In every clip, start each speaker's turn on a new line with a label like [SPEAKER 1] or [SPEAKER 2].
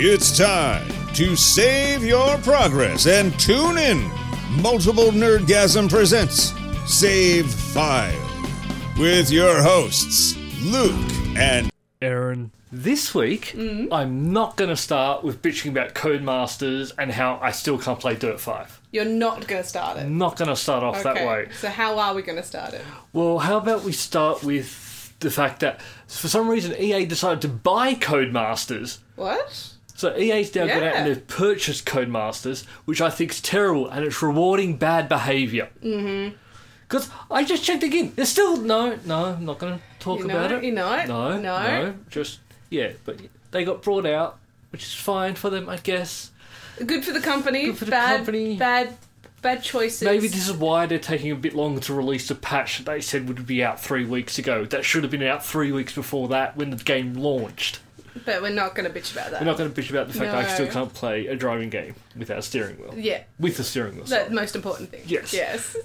[SPEAKER 1] It's time to save your progress and tune in. Multiple Nerdgasm presents Save File with your hosts, Luke and
[SPEAKER 2] Aaron. This week, I'm not going to start with bitching about Codemasters and how I still can't play Dirt 5.
[SPEAKER 3] You're not going to start it.
[SPEAKER 2] I'm not going to start off that way.
[SPEAKER 3] So how are we going to start it?
[SPEAKER 2] Well, how about we start with the fact that for some reason EA decided to buy Codemasters.
[SPEAKER 3] What?
[SPEAKER 2] So E EA's now gone out and
[SPEAKER 3] Yeah.
[SPEAKER 2] they've purchased Codemasters, which I think is terrible and it's rewarding bad behaviour. Mm-hmm. Because I just checked again. There's still no, no, I'm not going to talk
[SPEAKER 3] You know
[SPEAKER 2] about
[SPEAKER 3] it,
[SPEAKER 2] it.
[SPEAKER 3] you know it,
[SPEAKER 2] No,
[SPEAKER 3] no.
[SPEAKER 2] no. Just, yeah, but they got brought out, which is fine for them, I guess.
[SPEAKER 3] Good for the company.
[SPEAKER 2] Good for the
[SPEAKER 3] bad,
[SPEAKER 2] company.
[SPEAKER 3] Bad, bad choices.
[SPEAKER 2] Maybe this is why they're taking a bit longer to release the patch that they said would be out three weeks ago. That should have been out three weeks before that when the game launched.
[SPEAKER 3] But we're not going to bitch about that.
[SPEAKER 2] We're not going to bitch about the fact that I
[SPEAKER 3] No.
[SPEAKER 2] still can't play a driving game without a steering wheel.
[SPEAKER 3] Yeah.
[SPEAKER 2] With a steering wheel.
[SPEAKER 3] The
[SPEAKER 2] sorry.
[SPEAKER 3] most important thing.
[SPEAKER 2] Yes.
[SPEAKER 3] Yes.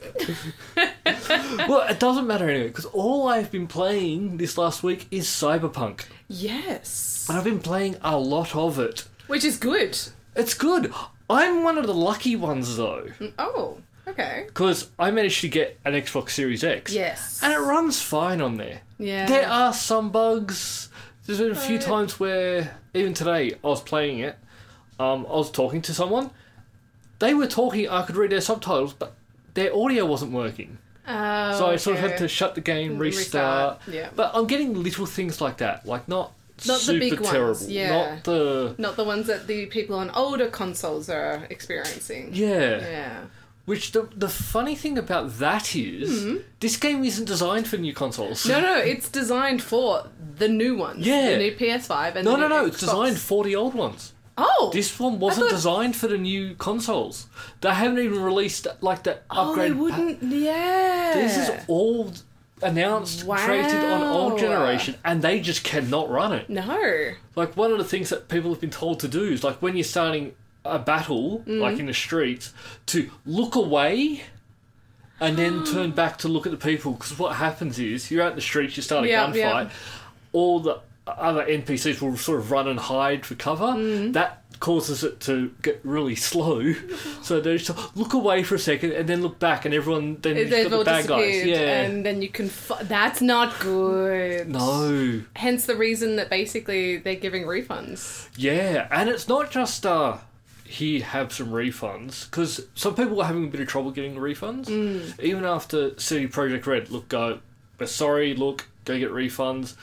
[SPEAKER 2] well, it doesn't matter anyway, because all I've been playing this last week is Cyberpunk.
[SPEAKER 3] Yes.
[SPEAKER 2] And I've been playing a lot of it.
[SPEAKER 3] Which is good.
[SPEAKER 2] It's good. I'm one of the lucky ones, though,
[SPEAKER 3] Oh. Okay.
[SPEAKER 2] because I managed to get an Xbox Series X.
[SPEAKER 3] Yes.
[SPEAKER 2] And it runs fine on there.
[SPEAKER 3] Yeah.
[SPEAKER 2] There are some bugs. There's been a few
[SPEAKER 3] Right.
[SPEAKER 2] times where, even today, I was playing it. Um, I was talking to someone. They were talking. I could read their subtitles, but their audio wasn't working.
[SPEAKER 3] Oh,
[SPEAKER 2] so I sort of
[SPEAKER 3] okay. Mm,
[SPEAKER 2] had to shut the game, restart.
[SPEAKER 3] Restart, yeah.
[SPEAKER 2] But I'm getting little things like that. Like not,
[SPEAKER 3] Not the
[SPEAKER 2] super
[SPEAKER 3] big ones,
[SPEAKER 2] terrible.
[SPEAKER 3] yeah.
[SPEAKER 2] Not the
[SPEAKER 3] Not the ones that the people on older consoles are experiencing.
[SPEAKER 2] yeah.
[SPEAKER 3] Yeah.
[SPEAKER 2] Which the the funny thing about that is, this game isn't designed for new consoles.
[SPEAKER 3] Mm-hmm. No, no, it's designed for the new ones.
[SPEAKER 2] Yeah.
[SPEAKER 3] The new PS5 and
[SPEAKER 2] no, no,
[SPEAKER 3] the new
[SPEAKER 2] no. It's
[SPEAKER 3] Xbox.
[SPEAKER 2] designed for the old ones.
[SPEAKER 3] Oh.
[SPEAKER 2] This one wasn't
[SPEAKER 3] I thought-
[SPEAKER 2] designed for the new consoles. They haven't even released like that
[SPEAKER 3] Oh, they
[SPEAKER 2] upgrade. pa-
[SPEAKER 3] wouldn't. yeah.
[SPEAKER 2] This is all announced, created on
[SPEAKER 3] Wow.
[SPEAKER 2] old generation, and they just cannot run it.
[SPEAKER 3] No.
[SPEAKER 2] Like one of the things that people have been told to do is like when you're starting a battle,
[SPEAKER 3] Mm.
[SPEAKER 2] like in the streets, to look away. And then turn back to look at the people because what happens is you're out in the streets, you start a
[SPEAKER 3] Yeah,
[SPEAKER 2] gunfight,
[SPEAKER 3] yeah.
[SPEAKER 2] all the other NPCs will sort of run and hide for cover.
[SPEAKER 3] Mm.
[SPEAKER 2] That causes it to get really slow. So they just look away for a second and then look back, and everyone then you've
[SPEAKER 3] They've
[SPEAKER 2] got
[SPEAKER 3] all
[SPEAKER 2] the bad guys.
[SPEAKER 3] disappeared,
[SPEAKER 2] Yeah,
[SPEAKER 3] and then you can. F- That's not good.
[SPEAKER 2] no,
[SPEAKER 3] Hence the reason that basically they're giving refunds.
[SPEAKER 2] yeah, and it's not just uh, here have some refunds because some people were having a bit of trouble getting refunds, even after City Project Red. Look, go, we're sorry. Look, go get refunds.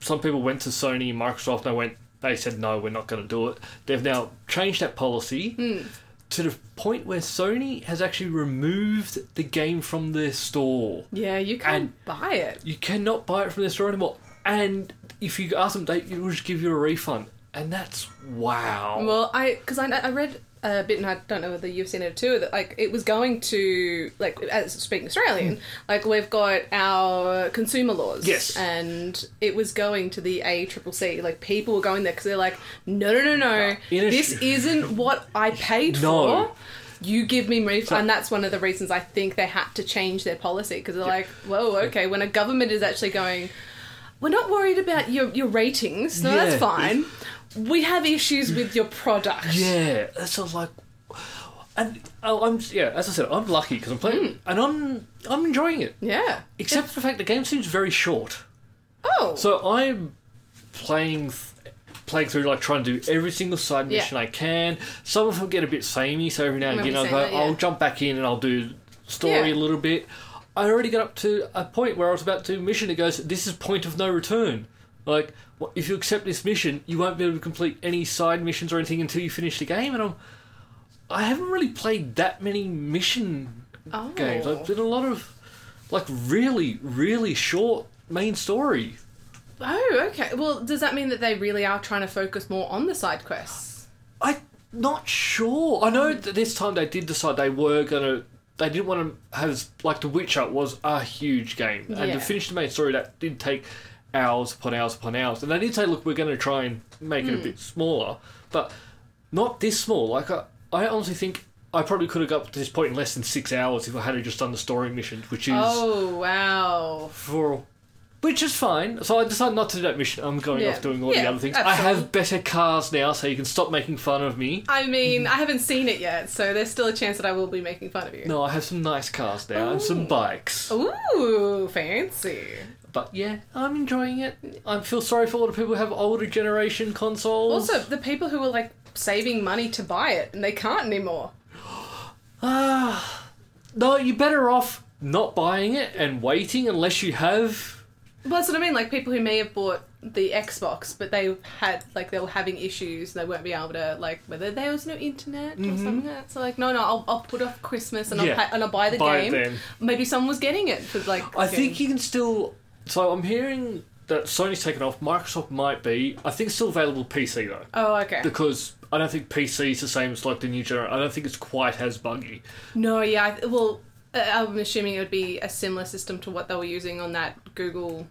[SPEAKER 2] Some people went to Sony, and Microsoft, and they went. They said no, we're not going to do it. They've now changed that policy to the point where Sony has actually removed the game from their store.
[SPEAKER 3] Yeah, you can't buy it.
[SPEAKER 2] You cannot buy it from their store anymore. And if you ask them, they will just give you a refund. And that's wow.
[SPEAKER 3] Well, I because I, I read a bit, and I don't know whether you've seen it too. That like it was going to like as speaking Australian, like we've got our consumer laws.
[SPEAKER 2] Hmm. Yes.
[SPEAKER 3] and it was going to the ACCC. Like people were going there because they're like, no, no, no, no,
[SPEAKER 2] In a-
[SPEAKER 3] this isn't what I paid
[SPEAKER 2] No.
[SPEAKER 3] for. You give me refund, and that's one of the reasons I think they had to change their policy because they're like, whoa, okay, when a government is actually going, we're not worried about your your ratings. No,
[SPEAKER 2] Yeah.
[SPEAKER 3] that's fine. We have issues with your product.
[SPEAKER 2] Yeah, that sounds like. And oh, I'm yeah. As I said, I'm lucky because I'm playing, and I'm I'm enjoying it.
[SPEAKER 3] Yeah.
[SPEAKER 2] Except for the fact the game seems very short.
[SPEAKER 3] Oh.
[SPEAKER 2] So I'm playing th- playing through like trying to do every single side
[SPEAKER 3] Yeah.
[SPEAKER 2] mission I can. Some of them get a bit samey, so every now and
[SPEAKER 3] Remember
[SPEAKER 2] again I go,
[SPEAKER 3] saying that, yeah.
[SPEAKER 2] I'll jump back in and I'll do story
[SPEAKER 3] Yeah.
[SPEAKER 2] a little bit. I already got up to a point where I was about to do a mission. It goes, this is point of no return. Like, wh- if you accept this mission, you won't be able to complete any side missions or anything until you finish the game. And I'm, I haven't really played that many mission
[SPEAKER 3] oh.
[SPEAKER 2] games. I've did a lot of, like, really, really short main story
[SPEAKER 3] oh, okay. Well, does that mean that they really are trying to focus more on the side quests?
[SPEAKER 2] I'm not sure. I know that this time they did decide they were gonna. They didn't want to have like The Witcher was a huge game, and
[SPEAKER 3] Yeah.
[SPEAKER 2] to finish the main story, that did take hours upon hours upon hours. And they did say, "Look, we're going to try and make it
[SPEAKER 3] Mm.
[SPEAKER 2] a bit smaller, but not this small." Like I, I honestly think I probably could have got to this point in less than six hours if I had just done the story missions, which is
[SPEAKER 3] Oh, wow.
[SPEAKER 2] for Which is fine. So I decided not to do that mission. I'm going
[SPEAKER 3] Yeah.
[SPEAKER 2] off doing all the
[SPEAKER 3] Yeah,
[SPEAKER 2] other things. I
[SPEAKER 3] absolutely.
[SPEAKER 2] have better cars now, so you can stop making fun of me.
[SPEAKER 3] I mean, I haven't seen it yet, so there's still a chance that I will be making fun of you.
[SPEAKER 2] No, I have some nice cars now and
[SPEAKER 3] Oh.
[SPEAKER 2] some bikes.
[SPEAKER 3] Ooh, fancy.
[SPEAKER 2] But yeah, I'm enjoying it. I feel sorry for a lot of people who have older generation consoles.
[SPEAKER 3] Also, the people who were like saving money to buy it and they can't anymore.
[SPEAKER 2] no, you're better off not buying it and waiting unless you have.
[SPEAKER 3] Well, that's what I mean. Like people who may have bought the Xbox, but they had like they were having issues. They won't be able to like whether there was no internet or something like that. So like, no, no, I'll, I'll put off Christmas and
[SPEAKER 2] Mm-hmm. Yeah.
[SPEAKER 3] I'll, pa- and I'll buy the
[SPEAKER 2] Buy it
[SPEAKER 3] game.
[SPEAKER 2] then.
[SPEAKER 3] Maybe someone was getting it for like.
[SPEAKER 2] I think you can still. So I'm hearing that Sony's taken off. Microsoft might be. I think it's still available PC though.
[SPEAKER 3] Oh, okay.
[SPEAKER 2] because I don't think PC is the same as like the new generation. I don't think it's quite as buggy.
[SPEAKER 3] No, yeah. I, well, uh, I'm assuming it would be a similar system to what they were using on that Google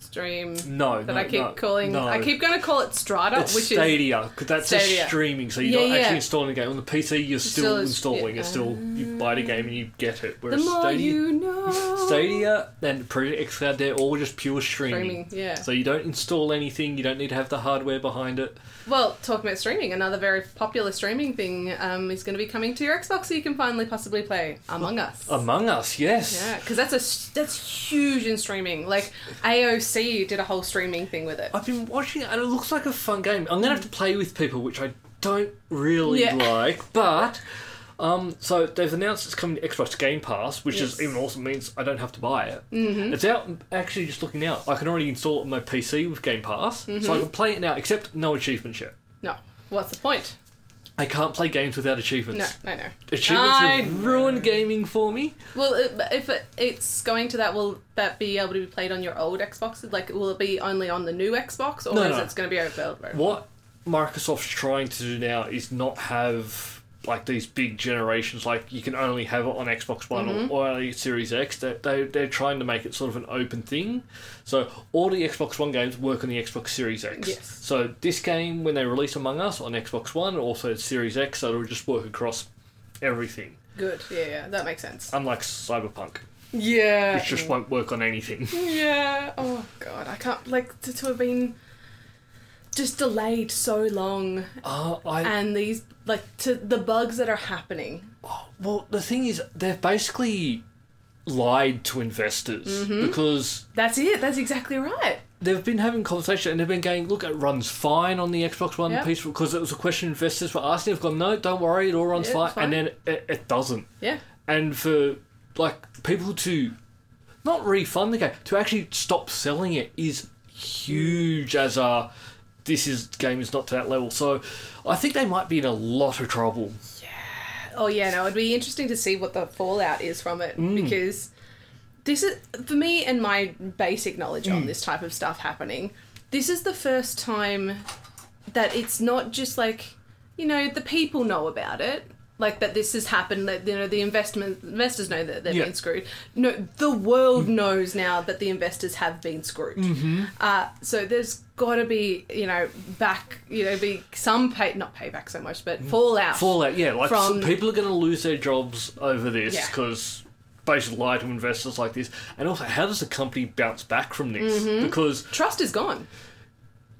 [SPEAKER 3] stream
[SPEAKER 2] No,
[SPEAKER 3] that
[SPEAKER 2] no,
[SPEAKER 3] I keep
[SPEAKER 2] no,
[SPEAKER 3] calling.
[SPEAKER 2] No.
[SPEAKER 3] I keep going to call it Strata,
[SPEAKER 2] It's
[SPEAKER 3] which is
[SPEAKER 2] Stadia because that's
[SPEAKER 3] Stadia.
[SPEAKER 2] just streaming, so you're
[SPEAKER 3] Yeah,
[SPEAKER 2] not
[SPEAKER 3] yeah.
[SPEAKER 2] actually installing the game on the PC. You're still,
[SPEAKER 3] still is-
[SPEAKER 2] installing.
[SPEAKER 3] yeah.
[SPEAKER 2] It's still you buy the game and you get it.
[SPEAKER 3] the
[SPEAKER 2] Whereas
[SPEAKER 3] more
[SPEAKER 2] Stadia,
[SPEAKER 3] you know.
[SPEAKER 2] Stadia and Project XCloud, they're all just pure streaming.
[SPEAKER 3] Streaming, yeah.
[SPEAKER 2] So you don't install anything. You don't need to have the hardware behind it.
[SPEAKER 3] Well, talking about streaming, another very popular streaming thing um, is going to be coming to your Xbox, so you can finally possibly play Among Us.
[SPEAKER 2] Among Us, yes.
[SPEAKER 3] yeah, because that's a s- that's huge in streaming. Like AOC did a whole streaming thing with it.
[SPEAKER 2] I've been watching it and it looks like a fun game. I'm gonna have to play with people, which I don't really
[SPEAKER 3] Yeah.
[SPEAKER 2] like, but um, so they've announced it's coming to Xbox Game Pass, which is even awesome. Means I don't have to buy it. Mm-hmm. It's out. Actually, just looking now, I can already install it on my PC with Game Pass, so
[SPEAKER 3] Mm-hmm.
[SPEAKER 2] I can play it now. Except no achievements yet.
[SPEAKER 3] No, what's the point?
[SPEAKER 2] I can't play games without achievements.
[SPEAKER 3] No, no, no.
[SPEAKER 2] Achievements
[SPEAKER 3] I-
[SPEAKER 2] have ruined gaming for me.
[SPEAKER 3] Well, i- if it, it's going to that, will that be able to be played on your old Xbox? Like, will it be only on the new Xbox, or
[SPEAKER 2] No,
[SPEAKER 3] is
[SPEAKER 2] no.
[SPEAKER 3] it going to be over?
[SPEAKER 2] What Microsoft's trying to do now is not have like these big generations, like you can only have it on Xbox One or, or only Series X. They, they, they're trying to make it sort of an open thing. So all the Xbox One games work on the Xbox Series X.
[SPEAKER 3] Yes.
[SPEAKER 2] So this game, when they release Among Us on Xbox One, also Series X, so it'll just work across everything.
[SPEAKER 3] Good, yeah, yeah, that makes sense.
[SPEAKER 2] Unlike Cyberpunk,
[SPEAKER 3] Yeah,
[SPEAKER 2] which Uh, just won't work on anything.
[SPEAKER 3] Yeah. Oh god, I can't like to, to have been just delayed so long,
[SPEAKER 2] Uh, I,
[SPEAKER 3] and these like to the bugs that are happening.
[SPEAKER 2] Well, the thing is, they've basically lied to investors because
[SPEAKER 3] That's it. That's exactly right.
[SPEAKER 2] they've been having conversation and they've been going, "Look, it runs fine on the Xbox One
[SPEAKER 3] Yep.
[SPEAKER 2] piece," because it was a question investors were asking. They've gone, "No, don't worry, it all runs
[SPEAKER 3] Yeah,
[SPEAKER 2] fine.
[SPEAKER 3] it's fine.
[SPEAKER 2] and then it, it doesn't.
[SPEAKER 3] Yeah.
[SPEAKER 2] And for like people to not refund the game, to actually stop selling it is huge as a this is game is not to that level. So I think they might be in a lot of trouble.
[SPEAKER 3] Oh yeah. No, it'd be interesting to see what the fallout is from it
[SPEAKER 2] Mm.
[SPEAKER 3] because this is for me and my basic knowledge on
[SPEAKER 2] Mm.
[SPEAKER 3] this type of stuff happening. This is the first time that it's not just like you know the people know about it like that this has happened that you know the investment investors know that they've
[SPEAKER 2] Yeah. Mm.
[SPEAKER 3] been screwed no the world knows now that the investors have been screwed
[SPEAKER 2] Mm-hmm.
[SPEAKER 3] uh, so there's got to be you know back you know be some pay not payback so much but fallout
[SPEAKER 2] Mm. Fallout, yeah. Like
[SPEAKER 3] From-
[SPEAKER 2] some people are going to lose their jobs over this
[SPEAKER 3] Yeah.
[SPEAKER 2] because basically lie to investors like this. And also, how does the company bounce back from this?
[SPEAKER 3] Mm-hmm.
[SPEAKER 2] Because
[SPEAKER 3] trust is gone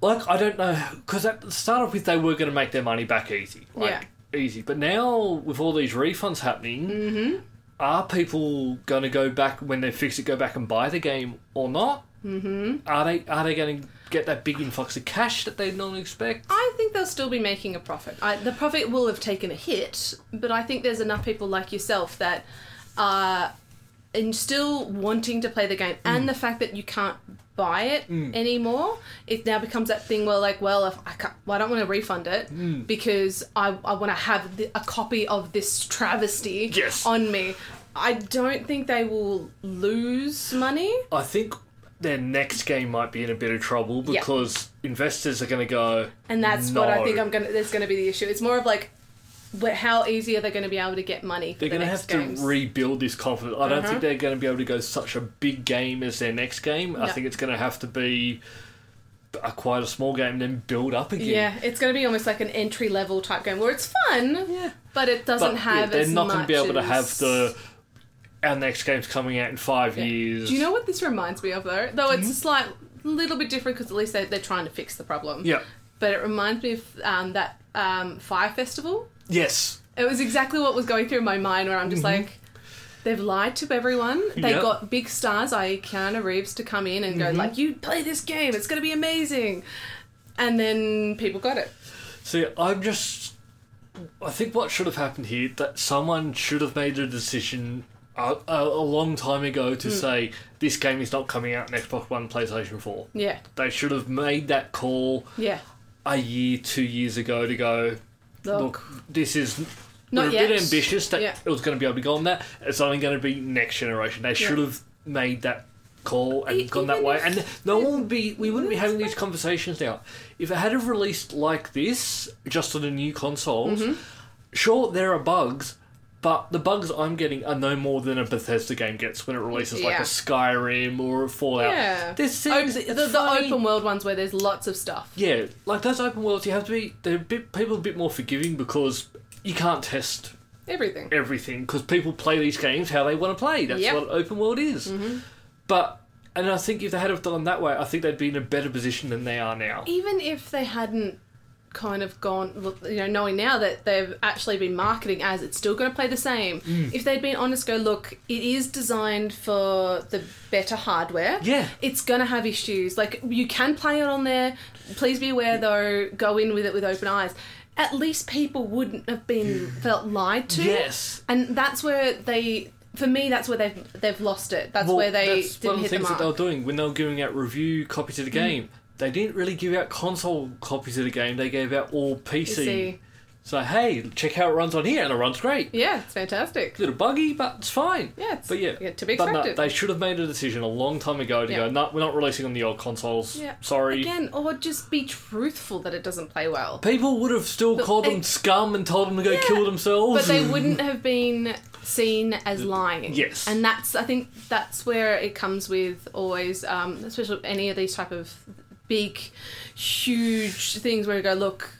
[SPEAKER 2] like I don't know because at the start off with they were going to make their money back easy, like easy. But now with all these refunds happening,
[SPEAKER 3] Mm-hmm.
[SPEAKER 2] are people going to go back when they fix it, go back and buy the game or not? Mm-hmm. Are they are they going to get that big influx of cash that they don't expect?
[SPEAKER 3] I think they'll still be making a profit. I, the profit will have taken a hit, but I think there's enough people like yourself that are and still wanting to play the game, and the fact that you can't buy it anymore, it now becomes that thing where like, well, if I can't, well, I don't want to refund it because I, I want to have the, a copy of this travesty
[SPEAKER 2] Yes.
[SPEAKER 3] on me. I don't think they will lose money.
[SPEAKER 2] I think their next game might be in a bit of trouble
[SPEAKER 3] Yeah.
[SPEAKER 2] because investors are going to go.
[SPEAKER 3] and that's what I
[SPEAKER 2] No.
[SPEAKER 3] think I'm gonna. There's gonna be the issue. It's more of like, wh- how easy are they gonna be able to get money? For
[SPEAKER 2] They're
[SPEAKER 3] the
[SPEAKER 2] going to
[SPEAKER 3] next
[SPEAKER 2] have
[SPEAKER 3] games?
[SPEAKER 2] to rebuild this confidence. I don't
[SPEAKER 3] Uh-huh.
[SPEAKER 2] think they're going to be able to go such a big game as their next game. I
[SPEAKER 3] No.
[SPEAKER 2] think it's going to have to be a quite a small game, then build up again.
[SPEAKER 3] yeah, it's gonna be almost like an entry level type game where it's fun,
[SPEAKER 2] Yeah.
[SPEAKER 3] but it
[SPEAKER 2] but
[SPEAKER 3] doesn't
[SPEAKER 2] yeah,
[SPEAKER 3] have.
[SPEAKER 2] they're
[SPEAKER 3] as
[SPEAKER 2] not going to be
[SPEAKER 3] much
[SPEAKER 2] able to have
[SPEAKER 3] as-
[SPEAKER 2] the our next game's coming out in five years.
[SPEAKER 3] Do you know what this reminds me of though? Though it's a slight little bit different because at least they, they're trying to fix the problem.
[SPEAKER 2] Yeah.
[SPEAKER 3] But it reminds me of um, that um, fire festival.
[SPEAKER 2] Yes.
[SPEAKER 3] It was exactly what was going through my mind where I'm just like, they've lied to everyone. They
[SPEAKER 2] Mm-hmm. Yep. Mm-hmm.
[SPEAKER 3] got big stars, i.e. Keanu Reeves, to come in and go like, you play this game, it's going to be amazing. And then people got it.
[SPEAKER 2] See, I'm just. I think what should have happened here that someone should have made a decision a, a, a long time ago to say this game is not coming out on Xbox One, PlayStation Four.
[SPEAKER 3] Yeah.
[SPEAKER 2] They should have made that call
[SPEAKER 3] Yeah.
[SPEAKER 2] a year, two years ago to go.
[SPEAKER 3] Look.
[SPEAKER 2] Look, this is.
[SPEAKER 3] Not
[SPEAKER 2] we're a
[SPEAKER 3] yet.
[SPEAKER 2] bit ambitious that
[SPEAKER 3] Yeah.
[SPEAKER 2] it was going to be able to go on that. It's only going to be next generation. They should have made that call and
[SPEAKER 3] E-
[SPEAKER 2] gone that
[SPEAKER 3] even
[SPEAKER 2] way.
[SPEAKER 3] if
[SPEAKER 2] And no one would be. We wouldn't be having these conversations now. If it had have released like this, just on the new consoles,
[SPEAKER 3] Mm-hmm.
[SPEAKER 2] sure there are bugs. But the bugs I'm getting are no more than a Bethesda game gets when it releases like
[SPEAKER 3] Yeah.
[SPEAKER 2] a Skyrim or a Fallout.
[SPEAKER 3] Yeah.
[SPEAKER 2] This
[SPEAKER 3] Op-
[SPEAKER 2] is
[SPEAKER 3] the, the open world ones where there's lots of stuff.
[SPEAKER 2] yeah, like those open worlds, you have to be they're a bit people are a bit more forgiving because you can't test
[SPEAKER 3] Everything.
[SPEAKER 2] everything because people play these games how they want to play. That's
[SPEAKER 3] Yep. Mm-hmm.
[SPEAKER 2] what open world is. But and I think if they had have done that way, I think they'd be in a better position than they are now.
[SPEAKER 3] even if they hadn't kind of gone look you know knowing now that they've actually been marketing as it's still going to play the same
[SPEAKER 2] Mm.
[SPEAKER 3] if they'd been honest go look it is designed for the better hardware
[SPEAKER 2] Yeah.
[SPEAKER 3] it's going to have issues like you can play it on there please be aware though go in with it with open eyes at least people wouldn't have been felt lied to
[SPEAKER 2] Mm. Yes.
[SPEAKER 3] and that's where they for me that's where they've they've lost it that's
[SPEAKER 2] Well,
[SPEAKER 3] where they
[SPEAKER 2] that's
[SPEAKER 3] didn't
[SPEAKER 2] one of
[SPEAKER 3] hit
[SPEAKER 2] the
[SPEAKER 3] the
[SPEAKER 2] things
[SPEAKER 3] mark Mm.
[SPEAKER 2] that they were doing when they were giving out review copies of the game. They didn't really give out console copies of the game. They gave out all PC.
[SPEAKER 3] PC.
[SPEAKER 2] So hey, check how it runs on here, and it runs great.
[SPEAKER 3] yeah it's fantastic
[SPEAKER 2] little buggy, but it's fine.
[SPEAKER 3] Yeah, it's-
[SPEAKER 2] but yeah,
[SPEAKER 3] yeah, to be
[SPEAKER 2] But no,
[SPEAKER 3] expected.
[SPEAKER 2] they should have made a decision a long time ago to
[SPEAKER 3] Yeah.
[SPEAKER 2] go. No, we're not releasing on the old consoles.
[SPEAKER 3] Yeah.
[SPEAKER 2] Sorry.
[SPEAKER 3] Again, or just be truthful that it doesn't play well.
[SPEAKER 2] People would have still called them
[SPEAKER 3] it-
[SPEAKER 2] scum and told them to go
[SPEAKER 3] Yeah,
[SPEAKER 2] kill themselves.
[SPEAKER 3] But they wouldn't have been seen as lying.
[SPEAKER 2] Yes.
[SPEAKER 3] And that's, I think, that's where it comes with always, um, especially with any of these type of big, huge things where you go, look,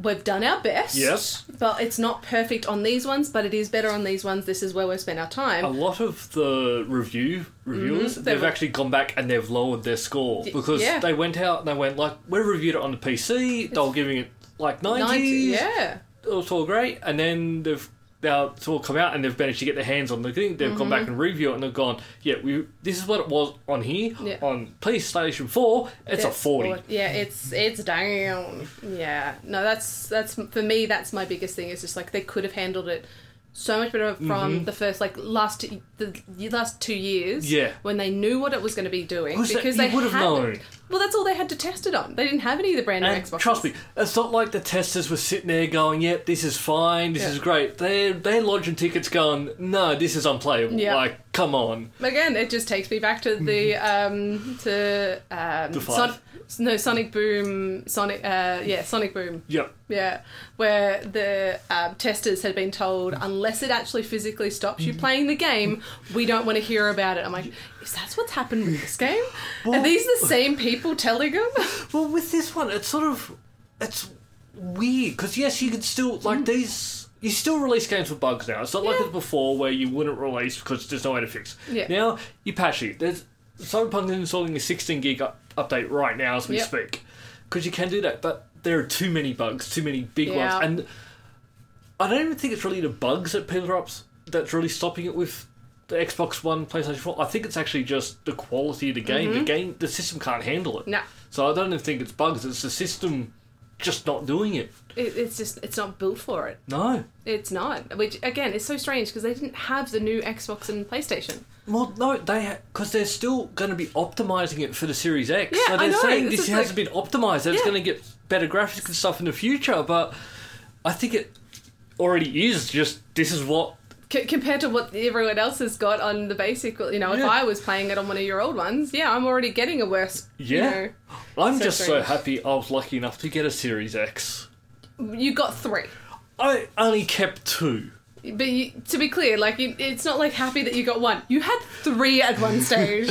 [SPEAKER 3] we've done our best.
[SPEAKER 2] Yes.
[SPEAKER 3] But it's not perfect on these ones, but it is better on these ones. This is where we've spent our time.
[SPEAKER 2] a lot of the review reviewers,
[SPEAKER 3] Mhm, they
[SPEAKER 2] they've
[SPEAKER 3] were-
[SPEAKER 2] actually gone back and they've lowered their score because
[SPEAKER 3] yeah.
[SPEAKER 2] they went out and they went like, we reviewed it on the PC. They were giving it like 90s.
[SPEAKER 3] 90, yeah.
[SPEAKER 2] It was all great, and then they've now it's all come out and they've managed to get their hands on the thing. They've gone
[SPEAKER 3] Mm-hmm.
[SPEAKER 2] back and review it and they've gone, yeah, we this is what it was on here
[SPEAKER 3] Yeah.
[SPEAKER 2] on PlayStation Four. It's a
[SPEAKER 3] That's
[SPEAKER 2] forty.
[SPEAKER 3] what- Yeah, it's it's down. Yeah, no, that's that's for me. That's my biggest thing. Is just like they could have handled it so much better from
[SPEAKER 2] Mm-hmm.
[SPEAKER 3] the first like last the last two years.
[SPEAKER 2] Yeah.
[SPEAKER 3] when they knew what it was going to be doing
[SPEAKER 2] Because they-
[SPEAKER 3] because
[SPEAKER 2] you
[SPEAKER 3] they
[SPEAKER 2] would have
[SPEAKER 3] had-
[SPEAKER 2] known.
[SPEAKER 3] Well, that's all they had to test it on. They didn't have any of the brand new
[SPEAKER 2] And
[SPEAKER 3] Xbox.
[SPEAKER 2] trust me, it's not like the testers were sitting there going, "Yep, this is fine, this
[SPEAKER 3] Yeah.
[SPEAKER 2] is great." They they lodging tickets going, "No, this is unplayable."
[SPEAKER 3] Yeah.
[SPEAKER 2] Like, come on,
[SPEAKER 3] Again, it just takes me back to the um to um
[SPEAKER 2] The Mm-hmm.
[SPEAKER 3] Son-
[SPEAKER 2] five.
[SPEAKER 3] no Sonic Boom Sonic uh yeah Sonic Boom
[SPEAKER 2] yep,
[SPEAKER 3] Yeah, where the um, testers had been told, unless it actually physically stops
[SPEAKER 2] Mm-hmm.
[SPEAKER 3] you playing the game, we don't want to hear about it. I'm like, is that what's happened with this game? Are these the same people telling them?
[SPEAKER 2] Well, with this one, it's sort of it's weird because yes, you could still like these. You still release games with bugs now. It's not like
[SPEAKER 3] Mm. Yeah.
[SPEAKER 2] it's before where you wouldn't release because there's no way to fix.
[SPEAKER 3] Yeah.
[SPEAKER 2] Now you patch it. There's Cyberpunk is installing a 16 gig up, update right now as we
[SPEAKER 3] Yep.
[SPEAKER 2] speak because you can do that. But there are too many bugs, too many big
[SPEAKER 3] Yeah.
[SPEAKER 2] ones, and I don't even think it's really the bugs that people are ups, that's really stopping it with the Xbox One, PlayStation Four. I think it's actually just the quality of the game. The game, the system can't handle it.
[SPEAKER 3] Mm-hmm. No.
[SPEAKER 2] So I don't even think it's bugs. It's the system just not doing it.
[SPEAKER 3] It, it's just, it's not built for it.
[SPEAKER 2] No.
[SPEAKER 3] It's not. Which, again, is so strange because they didn't have the new Xbox and PlayStation.
[SPEAKER 2] Well, no, they because they're still going to be optimizing it for the Series X.
[SPEAKER 3] Yeah,
[SPEAKER 2] so
[SPEAKER 3] I
[SPEAKER 2] they're
[SPEAKER 3] know,
[SPEAKER 2] saying
[SPEAKER 3] it's
[SPEAKER 2] this
[SPEAKER 3] just
[SPEAKER 2] hasn't been optimized. That It's
[SPEAKER 3] Yeah.
[SPEAKER 2] going to get better graphics and stuff in the future. But I think it already is. Just this is what.
[SPEAKER 3] C- compared to what everyone else has got on the basic, you know, if
[SPEAKER 2] Yeah.
[SPEAKER 3] I was playing it on one of your old ones, yeah, I'm already getting a worse.
[SPEAKER 2] Yeah.
[SPEAKER 3] You,
[SPEAKER 2] I'm
[SPEAKER 3] So
[SPEAKER 2] just so
[SPEAKER 3] strange.
[SPEAKER 2] happy I was lucky enough to get a Series X.
[SPEAKER 3] know, you got three.
[SPEAKER 2] I only kept two.
[SPEAKER 3] But you, to be clear, like you, it's not like happy that you got one. You had three at one stage.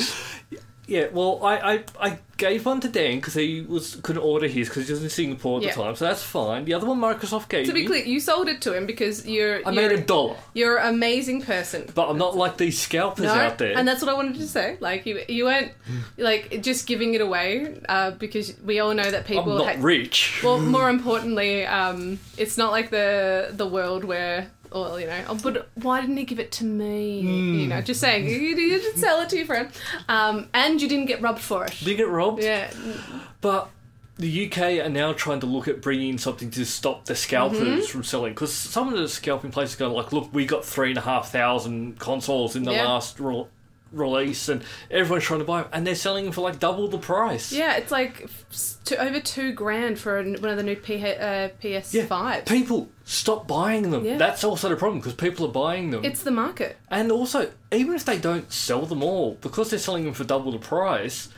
[SPEAKER 2] Yeah, well, I, I, I gave one to Dan because he was couldn't order his because he was in Singapore at
[SPEAKER 3] Yeah.
[SPEAKER 2] the time, so that's fine. The other one Microsoft gave
[SPEAKER 3] To be
[SPEAKER 2] me.
[SPEAKER 3] clear, you sold it to him because you're
[SPEAKER 2] I
[SPEAKER 3] you're,
[SPEAKER 2] made a dollar,
[SPEAKER 3] you're an amazing person.
[SPEAKER 2] but I'm not like these scalpers
[SPEAKER 3] No,
[SPEAKER 2] out there.
[SPEAKER 3] and that's what I wanted to say. Like you, you weren't like just giving it away uh, because we all know that
[SPEAKER 2] I'm
[SPEAKER 3] people.
[SPEAKER 2] not
[SPEAKER 3] hate-
[SPEAKER 2] rich.
[SPEAKER 3] Well, more importantly, um, it's not like the the world where, or you know, oh, but why didn't he give it to me?
[SPEAKER 2] Hmm.
[SPEAKER 3] You know, just saying you, you didn't sell it to your friend, um, and you didn't get rubbed for it.
[SPEAKER 2] They get robbed.
[SPEAKER 3] Yeah,
[SPEAKER 2] But the UK are now trying to look at bringing in something to stop the scalpers
[SPEAKER 3] Mm-hmm.
[SPEAKER 2] from selling because some of the scalping places go like, look, we got three and a half thousand consoles in the
[SPEAKER 3] Yeah.
[SPEAKER 2] last re- release, and everyone's trying to buy them, and they're selling them for like double the price.
[SPEAKER 3] yeah, it's like f- s- to, over two grand for an, one of the new P, uh, PS
[SPEAKER 2] Yeah.
[SPEAKER 3] five.
[SPEAKER 2] People stop buying them.
[SPEAKER 3] Yeah.
[SPEAKER 2] That's also the problem because people are buying them.
[SPEAKER 3] It's the market.
[SPEAKER 2] and also, even if they don't sell them all, because they're selling them for double the price,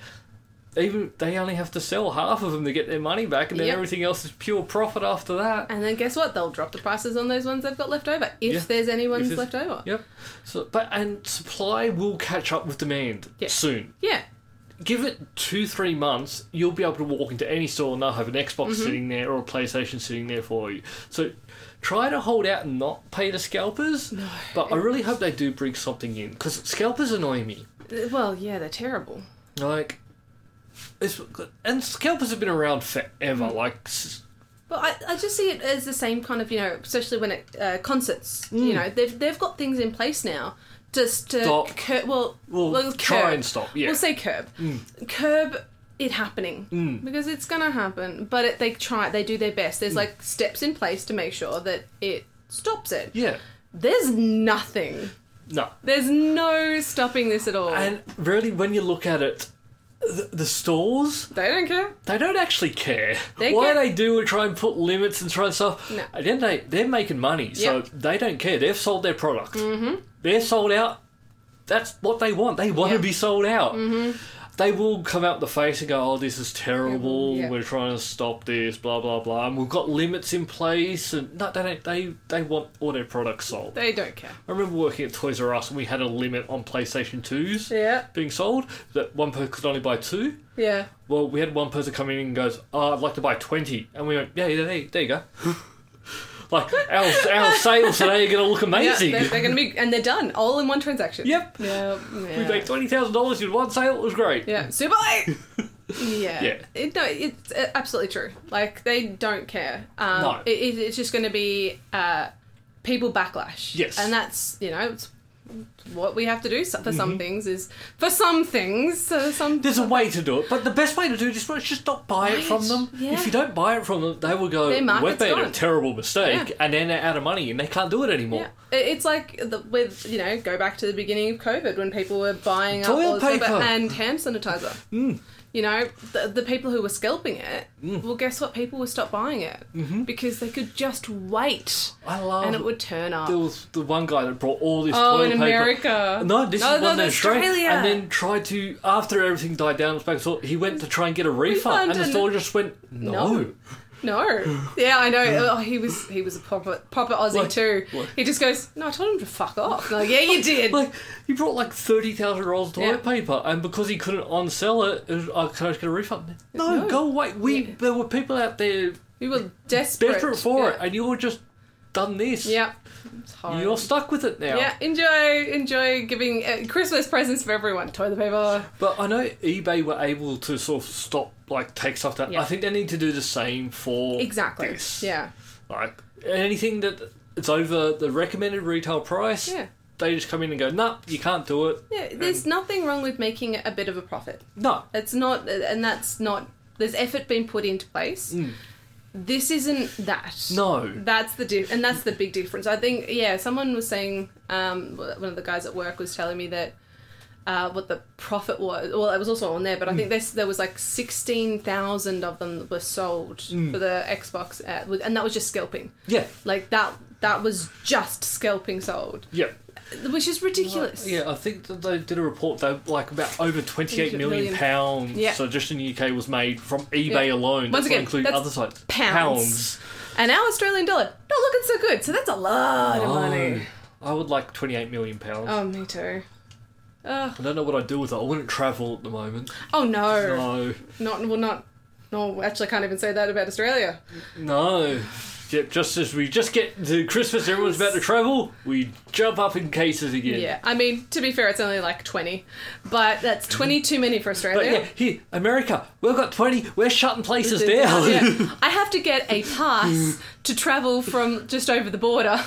[SPEAKER 2] even they only have to sell half of them to get their money back, and then
[SPEAKER 3] Yep.
[SPEAKER 2] everything else is pure profit after that.
[SPEAKER 3] And then guess what? They'll drop the prices on those ones they've got left over, if
[SPEAKER 2] Yeah.
[SPEAKER 3] there's any ones
[SPEAKER 2] there's-
[SPEAKER 3] left over.
[SPEAKER 2] Yep. So, but and supply will catch up with demand
[SPEAKER 3] Yeah.
[SPEAKER 2] soon.
[SPEAKER 3] Yeah.
[SPEAKER 2] Give it two, three months, you'll be able to walk into any store and they'll have an Xbox sitting there or a PlayStation sitting there for you. So, try to hold out and not pay the scalpers. No. But I really hope they do bring something in because scalpers annoy me.
[SPEAKER 3] Uh, Well, yeah, they're terrible.
[SPEAKER 2] Like, it's and scalpers have been around forever. Like s
[SPEAKER 3] But I, I just see it as the same kind of, you know, especially when it uh, concerts,
[SPEAKER 2] Mm.
[SPEAKER 3] you know, they've, they've got things in place now just to
[SPEAKER 2] Stop.
[SPEAKER 3] cur- well,
[SPEAKER 2] Well,
[SPEAKER 3] well,
[SPEAKER 2] try
[SPEAKER 3] curb.
[SPEAKER 2] and stop, yeah. Mm.
[SPEAKER 3] We'll say curb. Curb it happening because it's going to happen, but it, they try they do their best.
[SPEAKER 2] Mm.
[SPEAKER 3] There's like steps in place to make sure that it stops it.
[SPEAKER 2] yeah,
[SPEAKER 3] There's nothing.
[SPEAKER 2] no.
[SPEAKER 3] There's no stopping this at all.
[SPEAKER 2] And really, when you look at it, the, the stores
[SPEAKER 3] they don't care.
[SPEAKER 2] they don't actually care.
[SPEAKER 3] They
[SPEAKER 2] Why
[SPEAKER 3] care-
[SPEAKER 2] they do and try and put limits and try and stuff.
[SPEAKER 3] No.
[SPEAKER 2] At the end of the day, they're making money, so
[SPEAKER 3] Yep. Mm-hmm.
[SPEAKER 2] they don't care. They've sold their product. They're sold out. That's what they want. They want
[SPEAKER 3] Yep. Mm-hmm.
[SPEAKER 2] to be sold out. They will come out the face and go, "Oh, this is terrible.
[SPEAKER 3] Yeah.
[SPEAKER 2] We're trying to stop this. Blah blah blah." And we've got limits in place. And no, they don't. They they want all their products sold.
[SPEAKER 3] They don't care.
[SPEAKER 2] I remember working at Toys R Us and we had a limit on PlayStation Twos
[SPEAKER 3] Yeah.
[SPEAKER 2] being sold that one person could only buy two.
[SPEAKER 3] Yeah.
[SPEAKER 2] Well, we had one person come in and goes, oh, I'd like to buy 20. And we went, yeah, yeah there, there you go. like, our, our sales today are going to look amazing.
[SPEAKER 3] Yeah, they're, they're going to be, and they're done all in one transaction.
[SPEAKER 2] Yep.
[SPEAKER 3] Yeah.
[SPEAKER 2] We
[SPEAKER 3] Yeah.
[SPEAKER 2] made $20,000 in one sale. It was great.
[SPEAKER 3] yeah. Super. late! yeah.
[SPEAKER 2] Yeah.
[SPEAKER 3] It, no, it's uh, absolutely true. Like they don't care. Um,
[SPEAKER 2] No.
[SPEAKER 3] It, it, it's just going to be uh, people backlash.
[SPEAKER 2] Yes.
[SPEAKER 3] And that's you know it's what we have to do so- for some
[SPEAKER 2] Mm-hmm.
[SPEAKER 3] things is for some things so some
[SPEAKER 2] There's a way to do it, but the best way to do it is well, just not buy it from
[SPEAKER 3] Right,
[SPEAKER 2] them.
[SPEAKER 3] yeah.
[SPEAKER 2] If you don't buy it from them, they will go,
[SPEAKER 3] Their
[SPEAKER 2] we
[SPEAKER 3] market's
[SPEAKER 2] made a
[SPEAKER 3] gone."
[SPEAKER 2] terrible mistake,
[SPEAKER 3] Yeah.
[SPEAKER 2] and then they're out of money and they can't do it anymore.
[SPEAKER 3] Yeah. It- It's like the, with you know go back to the beginning of COVID when people were buying up
[SPEAKER 2] Toilet
[SPEAKER 3] all this
[SPEAKER 2] paper. Mm.
[SPEAKER 3] and hand sanitizer. You know the, the people who were scalping it. Well, guess what? People would stop buying it because they could just wait
[SPEAKER 2] Mm-hmm. I love
[SPEAKER 3] and it would turn up.
[SPEAKER 2] there was the one guy that brought all this
[SPEAKER 3] Ah. Oh,
[SPEAKER 2] toilet
[SPEAKER 3] in
[SPEAKER 2] paper.
[SPEAKER 3] America.
[SPEAKER 2] No, this
[SPEAKER 3] No,
[SPEAKER 2] is
[SPEAKER 3] no,
[SPEAKER 2] one in
[SPEAKER 3] that's
[SPEAKER 2] Australia.
[SPEAKER 3] Australia.
[SPEAKER 2] And then tried to, after everything died down, it's back to thought, he went to try and get a refund,
[SPEAKER 3] Refund
[SPEAKER 2] and the
[SPEAKER 3] and-
[SPEAKER 2] store just went, no.
[SPEAKER 3] No. No, yeah, I know. Oh, he was he was a proper proper Aussie
[SPEAKER 2] Like-
[SPEAKER 3] too.
[SPEAKER 2] like-
[SPEAKER 3] He just goes, no, I told him to fuck off. No, yeah, you did.
[SPEAKER 2] Like, he brought like 30,000 rolls of toilet
[SPEAKER 3] Yeah.
[SPEAKER 2] paper, and because he couldn't unsell it, it was, oh, can I just get a refund? No,
[SPEAKER 3] No.
[SPEAKER 2] go away. We,
[SPEAKER 3] Yeah.
[SPEAKER 2] There were people out there
[SPEAKER 3] we were desperate,
[SPEAKER 2] desperate for
[SPEAKER 3] yeah.
[SPEAKER 2] it, and you were just done this.
[SPEAKER 3] Yeah, it's horrible.
[SPEAKER 2] You're stuck with it now.
[SPEAKER 3] Yeah, enjoy enjoy giving uh, Christmas presents for everyone. Toilet paper.
[SPEAKER 2] But I know eBay were able to sort of stop, like, take stuff down.
[SPEAKER 3] Yeah.
[SPEAKER 2] I think they need to do the same for
[SPEAKER 3] Exactly.
[SPEAKER 2] this.
[SPEAKER 3] Yeah.
[SPEAKER 2] Like anything that it's over the recommended retail price,
[SPEAKER 3] Yeah.
[SPEAKER 2] they just come in and go, "Nah, you can't do it."
[SPEAKER 3] Yeah, there's nothing wrong with making a bit of a profit.
[SPEAKER 2] No,
[SPEAKER 3] It's not and that's not there's effort being put into place. This isn't that.
[SPEAKER 2] Mm. no,
[SPEAKER 3] That's the diff- and that's the big difference. I think yeah, someone was saying um, one of the guys at work was telling me that uh, what the profit was. Well, it was also on there, but I think this there was like sixteen thousand of them that were sold for the Xbox, uh, with- and that was just scalping.
[SPEAKER 2] yeah,
[SPEAKER 3] Like that that was just scalping sold,
[SPEAKER 2] yeah,
[SPEAKER 3] which is ridiculous.
[SPEAKER 2] yeah. I think that they did a report that like about over twenty-eight million
[SPEAKER 3] Million.
[SPEAKER 2] pounds.
[SPEAKER 3] Yeah.
[SPEAKER 2] So just in the UK was made from eBay
[SPEAKER 3] Yeah.
[SPEAKER 2] alone.
[SPEAKER 3] Once
[SPEAKER 2] That's
[SPEAKER 3] again,
[SPEAKER 2] include
[SPEAKER 3] that's
[SPEAKER 2] other sites.
[SPEAKER 3] pounds. And our Australian dollar not looking so good, so that's a lot of
[SPEAKER 2] Oh,
[SPEAKER 3] money.
[SPEAKER 2] I would like twenty-eight million pounds.
[SPEAKER 3] Oh, me too.
[SPEAKER 2] I don't know what I'd do with it. I wouldn't travel at the moment.
[SPEAKER 3] Oh no.
[SPEAKER 2] No.
[SPEAKER 3] Not well not no, actually I can't even say that about Australia.
[SPEAKER 2] No. Yep, just as we just get to Christmas, everyone's about to travel, we jump up in cases again.
[SPEAKER 3] Yeah. I mean, to be fair, it's only like twenty. But that's twenty too many for Australia.
[SPEAKER 2] Mm-hmm. But yeah, here, America, we've got 20, we're shutting places
[SPEAKER 3] Yeah.
[SPEAKER 2] down.
[SPEAKER 3] Yeah. I have to get a
[SPEAKER 2] Mm.
[SPEAKER 3] pass to travel from just over the border.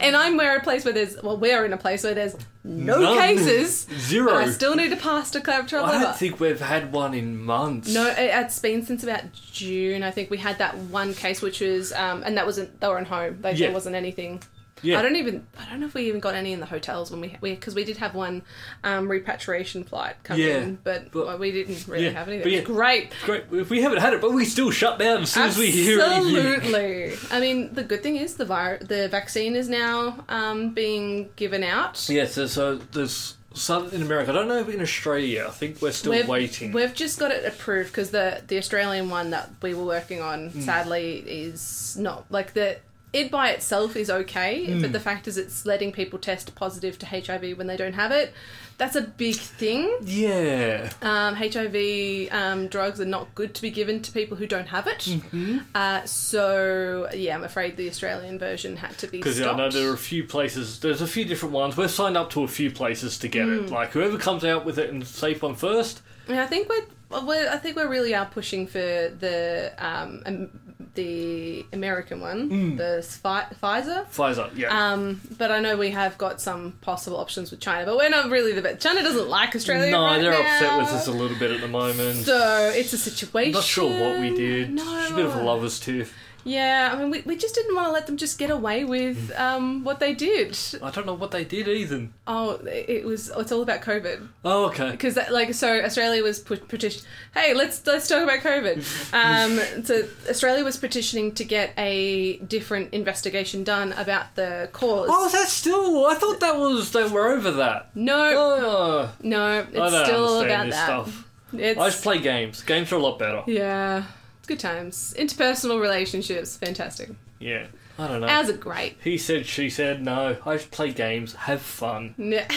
[SPEAKER 3] And I'm where a place where there's well, we're in a place where there's no
[SPEAKER 2] None.
[SPEAKER 3] cases.
[SPEAKER 2] Zero.
[SPEAKER 3] But I still need a pass to cloud travel.
[SPEAKER 2] I
[SPEAKER 3] over.
[SPEAKER 2] don't think we've had one in months.
[SPEAKER 3] no, it- it's been since about June. I think we had that one case, which was, um, and that wasn't they were in home. Like,
[SPEAKER 2] Yeah.
[SPEAKER 3] There wasn't anything.
[SPEAKER 2] Yeah.
[SPEAKER 3] I don't even. I don't know if we even got any in the hotels when we we because we did have one um, repatriation flight come
[SPEAKER 2] Yeah,
[SPEAKER 3] in, but,
[SPEAKER 2] but-
[SPEAKER 3] well, we didn't really
[SPEAKER 2] yeah,
[SPEAKER 3] have anything.
[SPEAKER 2] but yeah.
[SPEAKER 3] It was great.
[SPEAKER 2] Great, if we haven't had it, but we still shut down as soon as we hear anything.
[SPEAKER 3] Absolutely. I mean, the good thing is the vir- the vaccine is now um, being given out.
[SPEAKER 2] Yeah, so, so there's some in America. I don't know if in Australia. I think we're still
[SPEAKER 3] We've,
[SPEAKER 2] waiting.
[SPEAKER 3] we've just got it approved because the the Australian one that we were working on,
[SPEAKER 2] Mm.
[SPEAKER 3] sadly, is not like the. It by itself is okay,
[SPEAKER 2] Mm.
[SPEAKER 3] but the fact is, it's letting people test positive to HIV when they don't have it. That's a big thing.
[SPEAKER 2] yeah.
[SPEAKER 3] Um, HIV um, drugs are not good to be given to people who don't have it.
[SPEAKER 2] Mm-hmm.
[SPEAKER 3] Uh, so yeah, I'm afraid the Australian version had to be
[SPEAKER 2] Because
[SPEAKER 3] stopped.
[SPEAKER 2] I know there are a few places, there's a few different ones. We're signed up to a few places to get
[SPEAKER 3] Mm.
[SPEAKER 2] it. Like, whoever comes out with it and safe one first,
[SPEAKER 3] And I think we're, we're I think we really are pushing for the um, um the American one,
[SPEAKER 2] Mm.
[SPEAKER 3] the Sphi- Pfizer.
[SPEAKER 2] Pfizer, yeah.
[SPEAKER 3] Um, but I know we have got some possible options with China, but we're not really the best. China doesn't like Australia.
[SPEAKER 2] no,
[SPEAKER 3] right
[SPEAKER 2] they're upset
[SPEAKER 3] now.
[SPEAKER 2] with us a little bit at the moment.
[SPEAKER 3] So it's a situation.
[SPEAKER 2] Not sure what we did.
[SPEAKER 3] No.
[SPEAKER 2] Just a bit of a lover's tiff.
[SPEAKER 3] Yeah, I mean, we, we just didn't want to let them just get away with
[SPEAKER 2] Mm.
[SPEAKER 3] um, what they did.
[SPEAKER 2] I don't know what they did either.
[SPEAKER 3] Oh, it was it's all about COVID.
[SPEAKER 2] Oh, okay.
[SPEAKER 3] because uh, like so australia was put- petition hey let's let's talk about covid um, so australia was petitioning to get a different investigation done about the cause
[SPEAKER 2] Oh, that's still. I thought that was. They were over that.
[SPEAKER 3] no
[SPEAKER 2] Oh,
[SPEAKER 3] no it's
[SPEAKER 2] I don't
[SPEAKER 3] still
[SPEAKER 2] understand
[SPEAKER 3] about
[SPEAKER 2] this
[SPEAKER 3] that
[SPEAKER 2] stuff.
[SPEAKER 3] it's
[SPEAKER 2] I just play games. Games are a lot better.
[SPEAKER 3] yeah it's good times interpersonal relationships fantastic
[SPEAKER 2] Yeah. I don't know.
[SPEAKER 3] ours are great
[SPEAKER 2] he said, she said, no. I just play games, have fun,
[SPEAKER 3] Yeah.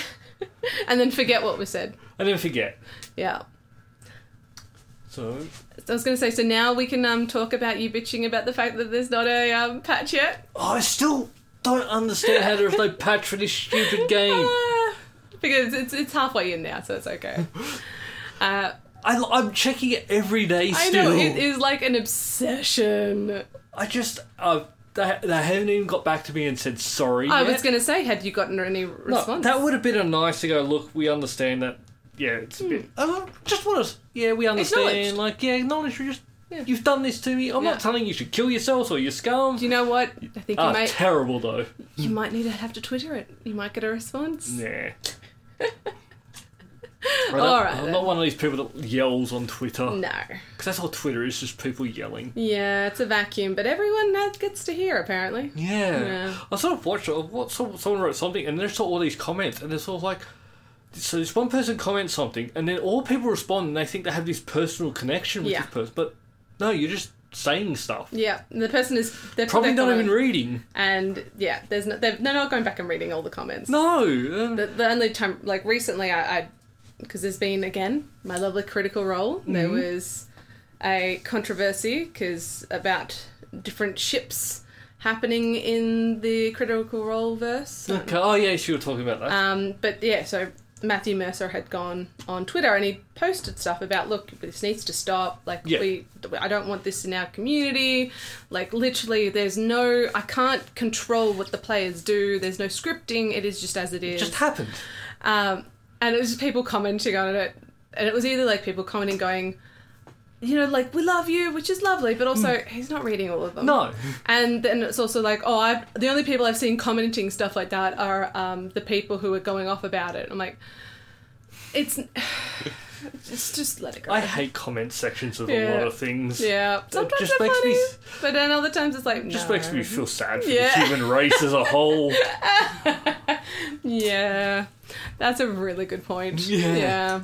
[SPEAKER 3] and then forget what was said
[SPEAKER 2] and then forget.
[SPEAKER 3] yeah
[SPEAKER 2] So,
[SPEAKER 3] I was going to say, so now we can um, talk about you bitching about the fact that there's not a um, patch yet.
[SPEAKER 2] oh, I still don't understand how there's no patch for this stupid game.
[SPEAKER 3] Ah, because it's it's halfway in now, so it's okay. Uh,
[SPEAKER 2] I, I'm checking it every day
[SPEAKER 3] I
[SPEAKER 2] still.
[SPEAKER 3] know it is like an obsession.
[SPEAKER 2] I just. Uh, they, they haven't even got back to me and said sorry.
[SPEAKER 3] I
[SPEAKER 2] yet.
[SPEAKER 3] was going to say, had you gotten any
[SPEAKER 2] No,
[SPEAKER 3] response?
[SPEAKER 2] that would have been a nice to go. Look, we understand that. Yeah, it's a bit. Uh, just want to. Yeah, we
[SPEAKER 3] Hmm. Acknowledged.
[SPEAKER 2] understand. Like, yeah, acknowledge. You just.
[SPEAKER 3] Yeah.
[SPEAKER 2] You've done this to me. I'm
[SPEAKER 3] Yeah.
[SPEAKER 2] not telling you should kill yourselves or your scum.
[SPEAKER 3] Do you know what? I think you
[SPEAKER 2] Ah,
[SPEAKER 3] might
[SPEAKER 2] terrible though.
[SPEAKER 3] you might need to have to Twitter it. You might get a response.
[SPEAKER 2] Nah. Right,
[SPEAKER 3] All
[SPEAKER 2] I'm-
[SPEAKER 3] right,
[SPEAKER 2] I'm
[SPEAKER 3] then.
[SPEAKER 2] not one of these people that yells on Twitter because
[SPEAKER 3] No.
[SPEAKER 2] that's all Twitter is just people yelling.
[SPEAKER 3] Yeah, it's a vacuum, but everyone that gets to hear apparently.
[SPEAKER 2] Yeah.
[SPEAKER 3] Yeah.
[SPEAKER 2] I sort of watched it. I watched some- someone wrote something, and there's all these comments, and it's sort of like, so this one person comments something, and then all people respond, and they think they have this personal connection with
[SPEAKER 3] Yeah.
[SPEAKER 2] this person, but no, you're just saying stuff.
[SPEAKER 3] Yeah, the person is they're
[SPEAKER 2] Probably
[SPEAKER 3] they're
[SPEAKER 2] not
[SPEAKER 3] comment-
[SPEAKER 2] even reading.
[SPEAKER 3] And yeah, there's no, they're, they're not going back and reading all the comments.
[SPEAKER 2] No. uh,
[SPEAKER 3] The, the only time, like recently, I, I because there's been again my lovely critical role.
[SPEAKER 2] Mm-hmm.
[SPEAKER 3] There was a controversy because about different ships happening in the critical role verse.
[SPEAKER 2] okay. Oh yeah, so you were talking about that.
[SPEAKER 3] Um, but yeah, so Matthew Mercer had gone on Twitter and he posted stuff about, look, this needs to stop. Like,
[SPEAKER 2] Yeah.
[SPEAKER 3] we, I don't want this in our community. Like, literally, there's no, I can't control what the players do. There's no scripting. It is just as it
[SPEAKER 2] it
[SPEAKER 3] is.
[SPEAKER 2] just happened.
[SPEAKER 3] Um, and it was just people commenting on it, and it was either like people commenting going, you know, like we love you, which is lovely, but also he's not reading all of them.
[SPEAKER 2] Mm. No.
[SPEAKER 3] And then it's also like, oh, I the only people I've seen commenting stuff like that are um, the people who are going off about it. I'm like, it's just just let it go.
[SPEAKER 2] I hate comment sections of
[SPEAKER 3] Yeah.
[SPEAKER 2] a lot of things.
[SPEAKER 3] yeah, sometimes
[SPEAKER 2] just
[SPEAKER 3] they're
[SPEAKER 2] makes
[SPEAKER 3] funny,
[SPEAKER 2] me-
[SPEAKER 3] but then other times it's like
[SPEAKER 2] Just
[SPEAKER 3] no.
[SPEAKER 2] makes me feel sad for
[SPEAKER 3] Yeah.
[SPEAKER 2] the human race as a whole.
[SPEAKER 3] Yeah, that's a really good point.
[SPEAKER 2] Yeah.
[SPEAKER 3] yeah.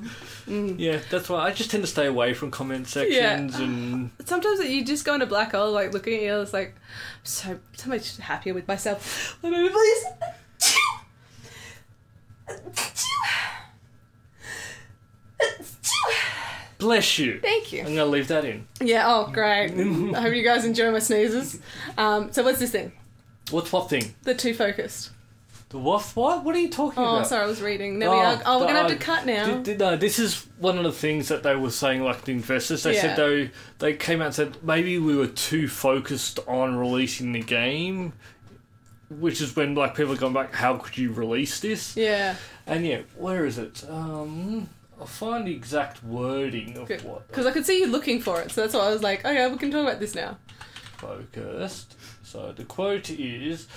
[SPEAKER 2] yeah, that's why I just tend to stay away from comment
[SPEAKER 3] Yeah.
[SPEAKER 2] sections and
[SPEAKER 3] sometimes you just go into black hole, like looking at you, it's like I'm so so much happier with myself. Let me please.
[SPEAKER 2] Bless you.
[SPEAKER 3] Thank you.
[SPEAKER 2] I'm going to leave that in.
[SPEAKER 3] Yeah, oh, great. I hope you guys enjoy my sneezes. Um, so, what's this thing?
[SPEAKER 2] What's what thing?
[SPEAKER 3] The two focused.
[SPEAKER 2] The what? What? What are you talking
[SPEAKER 3] Oh,
[SPEAKER 2] about?
[SPEAKER 3] sorry, I was reading. There we are. Oh, we're going to have to cut now.
[SPEAKER 2] Th- th- no, this is one of the things that they were saying, like the investors. They
[SPEAKER 3] Yeah.
[SPEAKER 2] said they they came out and said maybe we were too focused on releasing the game, which is when like people are going back, how could you release this?
[SPEAKER 3] Yeah.
[SPEAKER 2] And yeah, where is it? Um, I'll find the exact wording of what
[SPEAKER 3] Because I could see you looking for it, so that's why I was like, okay, we can talk about this now.
[SPEAKER 2] focused. So the quote is.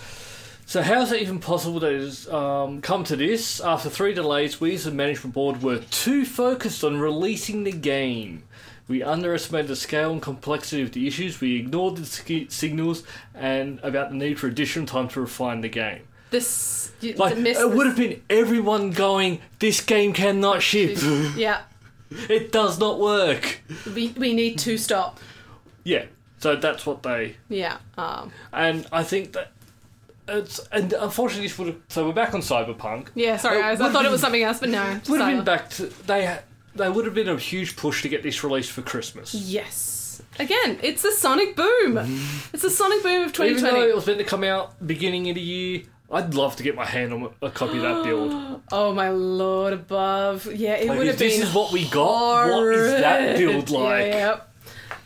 [SPEAKER 2] So how is it even possible that it has um, come to this? After three delays, we as the management board were too focused on releasing the game. We underestimated the scale and complexity of the issues. We ignored the sk- signals and about the need for additional time to refine the game.
[SPEAKER 3] This you,
[SPEAKER 2] Like uh,
[SPEAKER 3] the miss.
[SPEAKER 2] it would have been everyone going, "This game cannot ship.
[SPEAKER 3] yeah,
[SPEAKER 2] it does not work."
[SPEAKER 3] we, we need to stop.
[SPEAKER 2] Yeah. So that's what they
[SPEAKER 3] Yeah, um,
[SPEAKER 2] and I think that it's and unfortunately this would have, so we're back on cyberpunk.
[SPEAKER 3] yeah. Sorry,
[SPEAKER 2] It
[SPEAKER 3] guys. I
[SPEAKER 2] Oh, would've
[SPEAKER 3] thought it
[SPEAKER 2] been-
[SPEAKER 3] was something else, but no.
[SPEAKER 2] Would have been
[SPEAKER 3] cyber.
[SPEAKER 2] back to they they would have been a huge push to get this released for Christmas.
[SPEAKER 3] Yes. Again, it's the Sonic boom. it's the Sonic boom of
[SPEAKER 2] Even though it
[SPEAKER 3] 2020.
[SPEAKER 2] was meant to come out beginning of the year, I'd love to get my hand on a copy of that build.
[SPEAKER 3] Oh my lord above. Yeah, it
[SPEAKER 2] Like
[SPEAKER 3] would
[SPEAKER 2] if
[SPEAKER 3] have
[SPEAKER 2] this
[SPEAKER 3] been
[SPEAKER 2] is what we got, what is that build
[SPEAKER 3] horrid. Yeah,
[SPEAKER 2] like?
[SPEAKER 3] yep.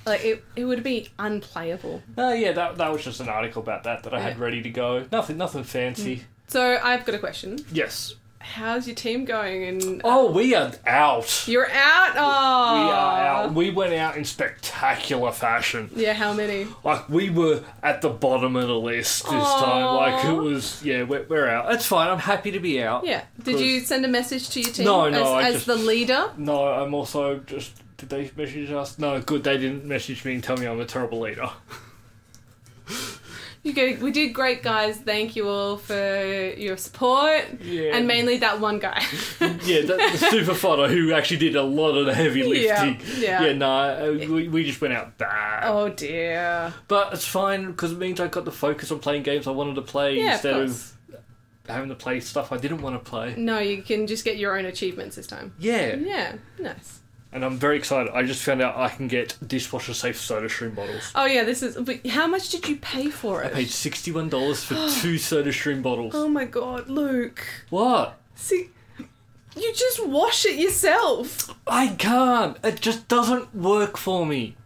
[SPEAKER 3] Like it, it would be unplayable.
[SPEAKER 2] Oh yeah, that that was just an article about that that I had
[SPEAKER 3] Yeah.
[SPEAKER 2] ready to go. Nothing, nothing fancy.
[SPEAKER 3] Mm. So I've got a question.
[SPEAKER 2] Yes.
[SPEAKER 3] How's your team going? And
[SPEAKER 2] Oh, we are out.
[SPEAKER 3] you're out. Oh,
[SPEAKER 2] We are out. We went out in spectacular fashion.
[SPEAKER 3] Yeah, how many?
[SPEAKER 2] Like we were at the bottom of the list this time.
[SPEAKER 3] Aw.
[SPEAKER 2] Like it was, yeah, we're, we're out. It's fine. I'm happy to be out.
[SPEAKER 3] Yeah. Did
[SPEAKER 2] Good.
[SPEAKER 3] you send a message to your team
[SPEAKER 2] No, no,
[SPEAKER 3] as,
[SPEAKER 2] I
[SPEAKER 3] as
[SPEAKER 2] just-
[SPEAKER 3] the leader?
[SPEAKER 2] No, I'm also just. Did they message us? No, good. They didn't message me and tell me I'm a terrible leader.
[SPEAKER 3] You go, we did great, guys. Thank you all for your support.
[SPEAKER 2] Yeah.
[SPEAKER 3] And mainly that one guy.
[SPEAKER 2] yeah, that, the super fodder who actually did a lot of the heavy
[SPEAKER 3] Yeah,
[SPEAKER 2] lifting.
[SPEAKER 3] yeah.
[SPEAKER 2] Yeah, no, uh, we, we just went out bad.
[SPEAKER 3] oh dear.
[SPEAKER 2] But it's fine because it means I got to focus on playing games I wanted to play
[SPEAKER 3] Yeah, of
[SPEAKER 2] instead of
[SPEAKER 3] course.
[SPEAKER 2] having to play stuff I didn't want to play.
[SPEAKER 3] No, you can just get your own achievements this time.
[SPEAKER 2] Yeah.
[SPEAKER 3] Yeah, nice.
[SPEAKER 2] And I'm very excited. I just found out I can get dishwasher safe soda stream bottles.
[SPEAKER 3] Oh yeah, this is. But how much did you pay for it?
[SPEAKER 2] paid sixty-one dollars for two soda stream bottles.
[SPEAKER 3] Oh my god, Luke.
[SPEAKER 2] What?
[SPEAKER 3] See, you just wash it yourself.
[SPEAKER 2] I can't. It just doesn't work for me.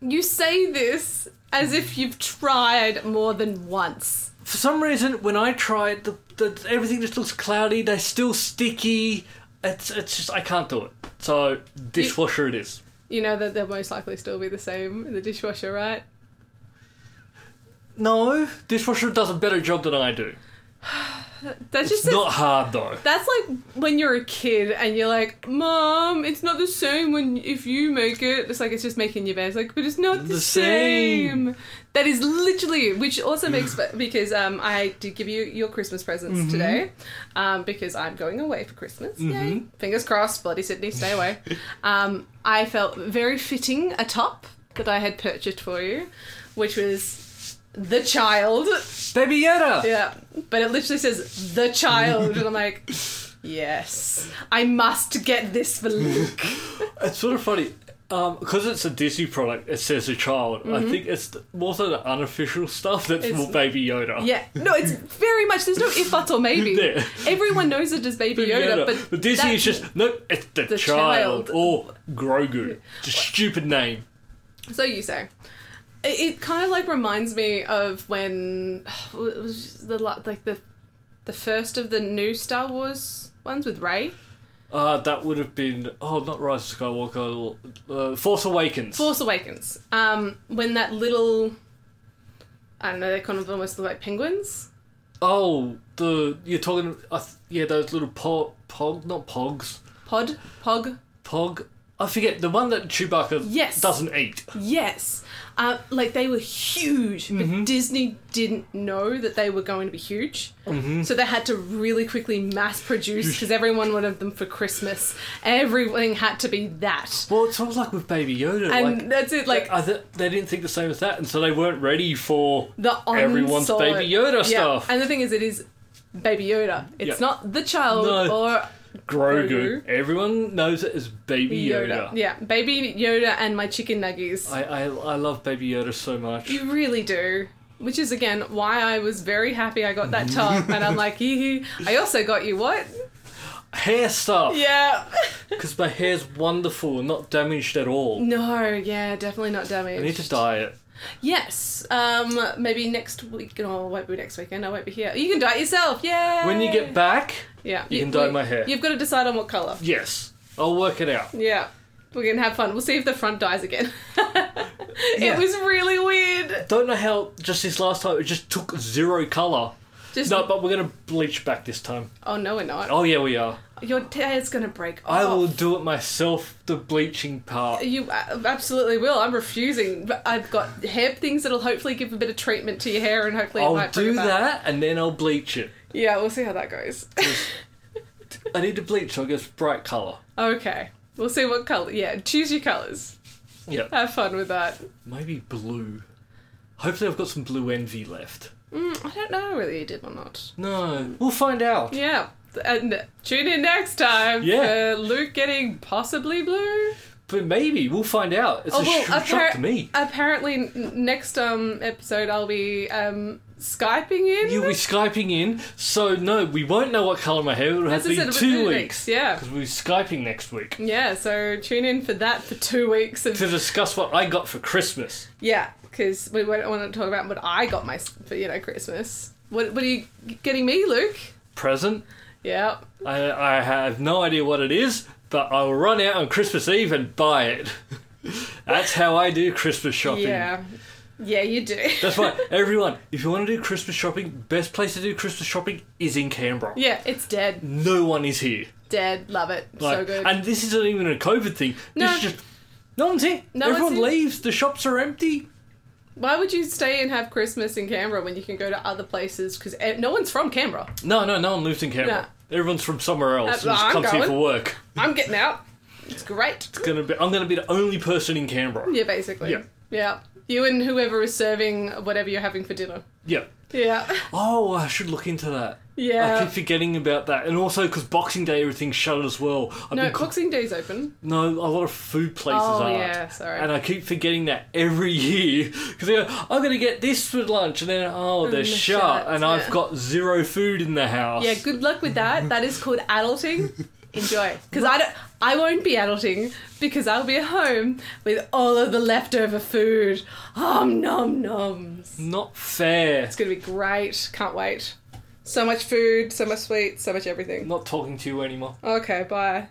[SPEAKER 3] You say this as if you've tried more than once.
[SPEAKER 2] For some reason, when I try it, the, the everything just looks cloudy. They're still sticky. It's it's just I can't do it. So dishwasher it is.
[SPEAKER 3] You know that they'll most likely still be the same in the dishwasher, right?
[SPEAKER 2] No, dishwasher does a better job than I do.
[SPEAKER 3] That's just
[SPEAKER 2] Not hard though.
[SPEAKER 3] that's like when you're a kid and you're like, "Mom, it's not the same when if you make it." It's like it's just making your bed. It's like, but it's not the,
[SPEAKER 2] The same.
[SPEAKER 3] same. That is literally, which also makes because um, I did give you your Christmas presents today, um, because I'm going away for Christmas. Yay! Fingers crossed, bloody Sydney, stay away. um, I felt very fitting a top that I had purchased for you, which was the child.
[SPEAKER 2] Baby Yoda.
[SPEAKER 3] Yeah, but it literally says the child, and I'm like, yes, I must get this for Luke.
[SPEAKER 2] It's sort of funny. Because it's a Disney product, it says a child. I think it's the, more so the unofficial stuff that's
[SPEAKER 3] Mm-hmm. It's-
[SPEAKER 2] more Baby Yoda.
[SPEAKER 3] yeah, no, it's very much. There's no if, but, or maybe.
[SPEAKER 2] Yeah.
[SPEAKER 3] Everyone knows it as Baby Yoda, but
[SPEAKER 2] Disney
[SPEAKER 3] that-
[SPEAKER 2] is just no, it's the,
[SPEAKER 3] the
[SPEAKER 2] child,
[SPEAKER 3] child.
[SPEAKER 2] or Grogu. It's a stupid name.
[SPEAKER 3] So you say. It, it kind of like reminds me of when it was just the la- like the the first of the new Star Wars ones with Ray.
[SPEAKER 2] Uh, that would have been oh, not Rise of Skywalker, uh, Force Awakens.
[SPEAKER 3] Force Awakens. Um, when that little, I don't know, they kind of almost look like penguins.
[SPEAKER 2] Oh, the you're talking I th- yeah, those little pog, pog, not pogs,
[SPEAKER 3] Pod, pog,
[SPEAKER 2] pog. I forget the one that Chewbacca
[SPEAKER 3] Yes.
[SPEAKER 2] doesn't eat.
[SPEAKER 3] Yes. Uh, like they were huge,
[SPEAKER 2] Mm-hmm.
[SPEAKER 3] but Disney didn't know that they were going to be huge.
[SPEAKER 2] Mm-hmm.
[SPEAKER 3] So they had to really quickly mass produce because everyone wanted them for Christmas. Everything had to be that.
[SPEAKER 2] Well, it's almost like with Baby Yoda,
[SPEAKER 3] And
[SPEAKER 2] like.
[SPEAKER 3] that's it. Like
[SPEAKER 2] I th- they didn't think the same as that, and so they weren't ready for
[SPEAKER 3] the on
[SPEAKER 2] everyone's Baby Yoda stuff.
[SPEAKER 3] And the thing is, it is Baby Yoda. It's
[SPEAKER 2] Yeah.
[SPEAKER 3] not the child
[SPEAKER 2] No.
[SPEAKER 3] or
[SPEAKER 2] Grogu.
[SPEAKER 3] Grogu.
[SPEAKER 2] Everyone knows it as Baby Yoda.
[SPEAKER 3] Yoda. Yeah, Baby Yoda and my chicken nuggies.
[SPEAKER 2] I, I I love Baby Yoda so much.
[SPEAKER 3] You really do. Which is again why I was very happy I got that top, and I'm like, hee hee. I also got you what?
[SPEAKER 2] Hair stuff.
[SPEAKER 3] Yeah.
[SPEAKER 2] Because my hair's wonderful and not damaged at all.
[SPEAKER 3] no, yeah, definitely not damaged.
[SPEAKER 2] I need to dye it.
[SPEAKER 3] Yes. Um. Maybe next week. No, it won't be next weekend. I won't be here. You can dye it yourself. Yeah.
[SPEAKER 2] When you get back,
[SPEAKER 3] yeah,
[SPEAKER 2] you can dye my hair.
[SPEAKER 3] You've got to decide on what color.
[SPEAKER 2] yes, I'll work it out.
[SPEAKER 3] Yeah. We can have fun. We'll see if the front dies again.
[SPEAKER 2] Yeah.
[SPEAKER 3] It was really weird.
[SPEAKER 2] Don't know how just this last time it just took zero colour.
[SPEAKER 3] Just
[SPEAKER 2] No, but we're gonna bleach back this time.
[SPEAKER 3] oh no, we're not.
[SPEAKER 2] Oh yeah, we are.
[SPEAKER 3] Your hair's gonna break.
[SPEAKER 2] I
[SPEAKER 3] off.
[SPEAKER 2] will do it myself. The bleaching part.
[SPEAKER 3] You a- absolutely will. I'm refusing. But I've got hair things that'll hopefully give a bit of treatment to your hair, and hopefully it
[SPEAKER 2] I'll
[SPEAKER 3] might bring
[SPEAKER 2] do
[SPEAKER 3] it back.
[SPEAKER 2] that and then I'll bleach it.
[SPEAKER 3] Yeah, we'll see how that goes.
[SPEAKER 2] I need to bleach so it gets bright colour.
[SPEAKER 3] okay, we'll see what color. Yeah, choose your colors.
[SPEAKER 2] Yeah,
[SPEAKER 3] Have fun with that.
[SPEAKER 2] maybe blue. Hopefully, I've got some blue envy left.
[SPEAKER 3] Mm, I don't know whether you did or not.
[SPEAKER 2] No, we'll find out.
[SPEAKER 3] Yeah. And tune in next time
[SPEAKER 2] Yeah.
[SPEAKER 3] for Luke getting possibly blue. Oh,
[SPEAKER 2] But maybe we'll find out. It's a sh- shock
[SPEAKER 3] appar-
[SPEAKER 2] to me.
[SPEAKER 3] apparently n- next um episode I'll be um skyping in.
[SPEAKER 2] You'll be skyping in, so no, we won't know what colour my hair will have
[SPEAKER 3] As I said,
[SPEAKER 2] been
[SPEAKER 3] it'll be
[SPEAKER 2] two
[SPEAKER 3] two
[SPEAKER 2] weeks.
[SPEAKER 3] weeks, yeah.
[SPEAKER 2] because we're skyping next week
[SPEAKER 3] yeah, so tune in for that for two weeks of
[SPEAKER 2] to discuss what I got for Christmas.
[SPEAKER 3] Yeah, because we won't want to talk about what I got my for you know Christmas. What what are you getting me, Luke?
[SPEAKER 2] Present.
[SPEAKER 3] Yeah,
[SPEAKER 2] I, I have no idea what it is, but I'll run out on Christmas Eve and buy it. That's how I do Christmas shopping.
[SPEAKER 3] yeah, yeah. You do.
[SPEAKER 2] That's why everyone, if you want to do Christmas shopping, best place to do Christmas shopping is in Canberra.
[SPEAKER 3] yeah, it's dead,
[SPEAKER 2] No one is here.
[SPEAKER 3] dead. Love it. so
[SPEAKER 2] Like,
[SPEAKER 3] good.
[SPEAKER 2] And this isn't even a COVID thing.
[SPEAKER 3] No.
[SPEAKER 2] This is just no one's here.
[SPEAKER 3] No one's
[SPEAKER 2] Everyone
[SPEAKER 3] here.
[SPEAKER 2] leaves. The shops are empty.
[SPEAKER 3] Why would you stay and have Christmas in Canberra when you can go to other places? Because no one's from Canberra.
[SPEAKER 2] No, no, no one lives in Canberra. Everyone's from somewhere else
[SPEAKER 3] Uh,
[SPEAKER 2] and just
[SPEAKER 3] I'm
[SPEAKER 2] comes here
[SPEAKER 3] going.
[SPEAKER 2] for work.
[SPEAKER 3] I'm getting out. It's great.
[SPEAKER 2] It's gonna be, I'm gonna be the only person in Canberra.
[SPEAKER 3] Yeah, basically.
[SPEAKER 2] Yeah.
[SPEAKER 3] yeah. You and whoever is serving whatever you're having for dinner.
[SPEAKER 2] yeah.
[SPEAKER 3] Yeah.
[SPEAKER 2] Oh, I should look into that.
[SPEAKER 3] Yeah.
[SPEAKER 2] I keep forgetting about that, and also because Boxing Day everything's shut as well. I've
[SPEAKER 3] No,
[SPEAKER 2] been co-
[SPEAKER 3] Boxing Day's open.
[SPEAKER 2] no, a lot of food places
[SPEAKER 3] Oh,
[SPEAKER 2] are.
[SPEAKER 3] yeah, sorry.
[SPEAKER 2] And I keep forgetting that every year because go, I'm gonna get this for lunch, and then oh, they're
[SPEAKER 3] Mm, they're
[SPEAKER 2] shut,
[SPEAKER 3] shut,
[SPEAKER 2] and
[SPEAKER 3] yeah.
[SPEAKER 2] I've got zero food in the house.
[SPEAKER 3] Yeah, good luck with that. That is called adulting. Enjoy, because I don't. I won't be adulting because I'll be at home with all of the leftover food. Um, nom noms.
[SPEAKER 2] Not fair.
[SPEAKER 3] It's gonna be great. Can't wait. So much food, so much sweets, so much everything.
[SPEAKER 2] Not talking to you anymore.
[SPEAKER 3] Okay, bye.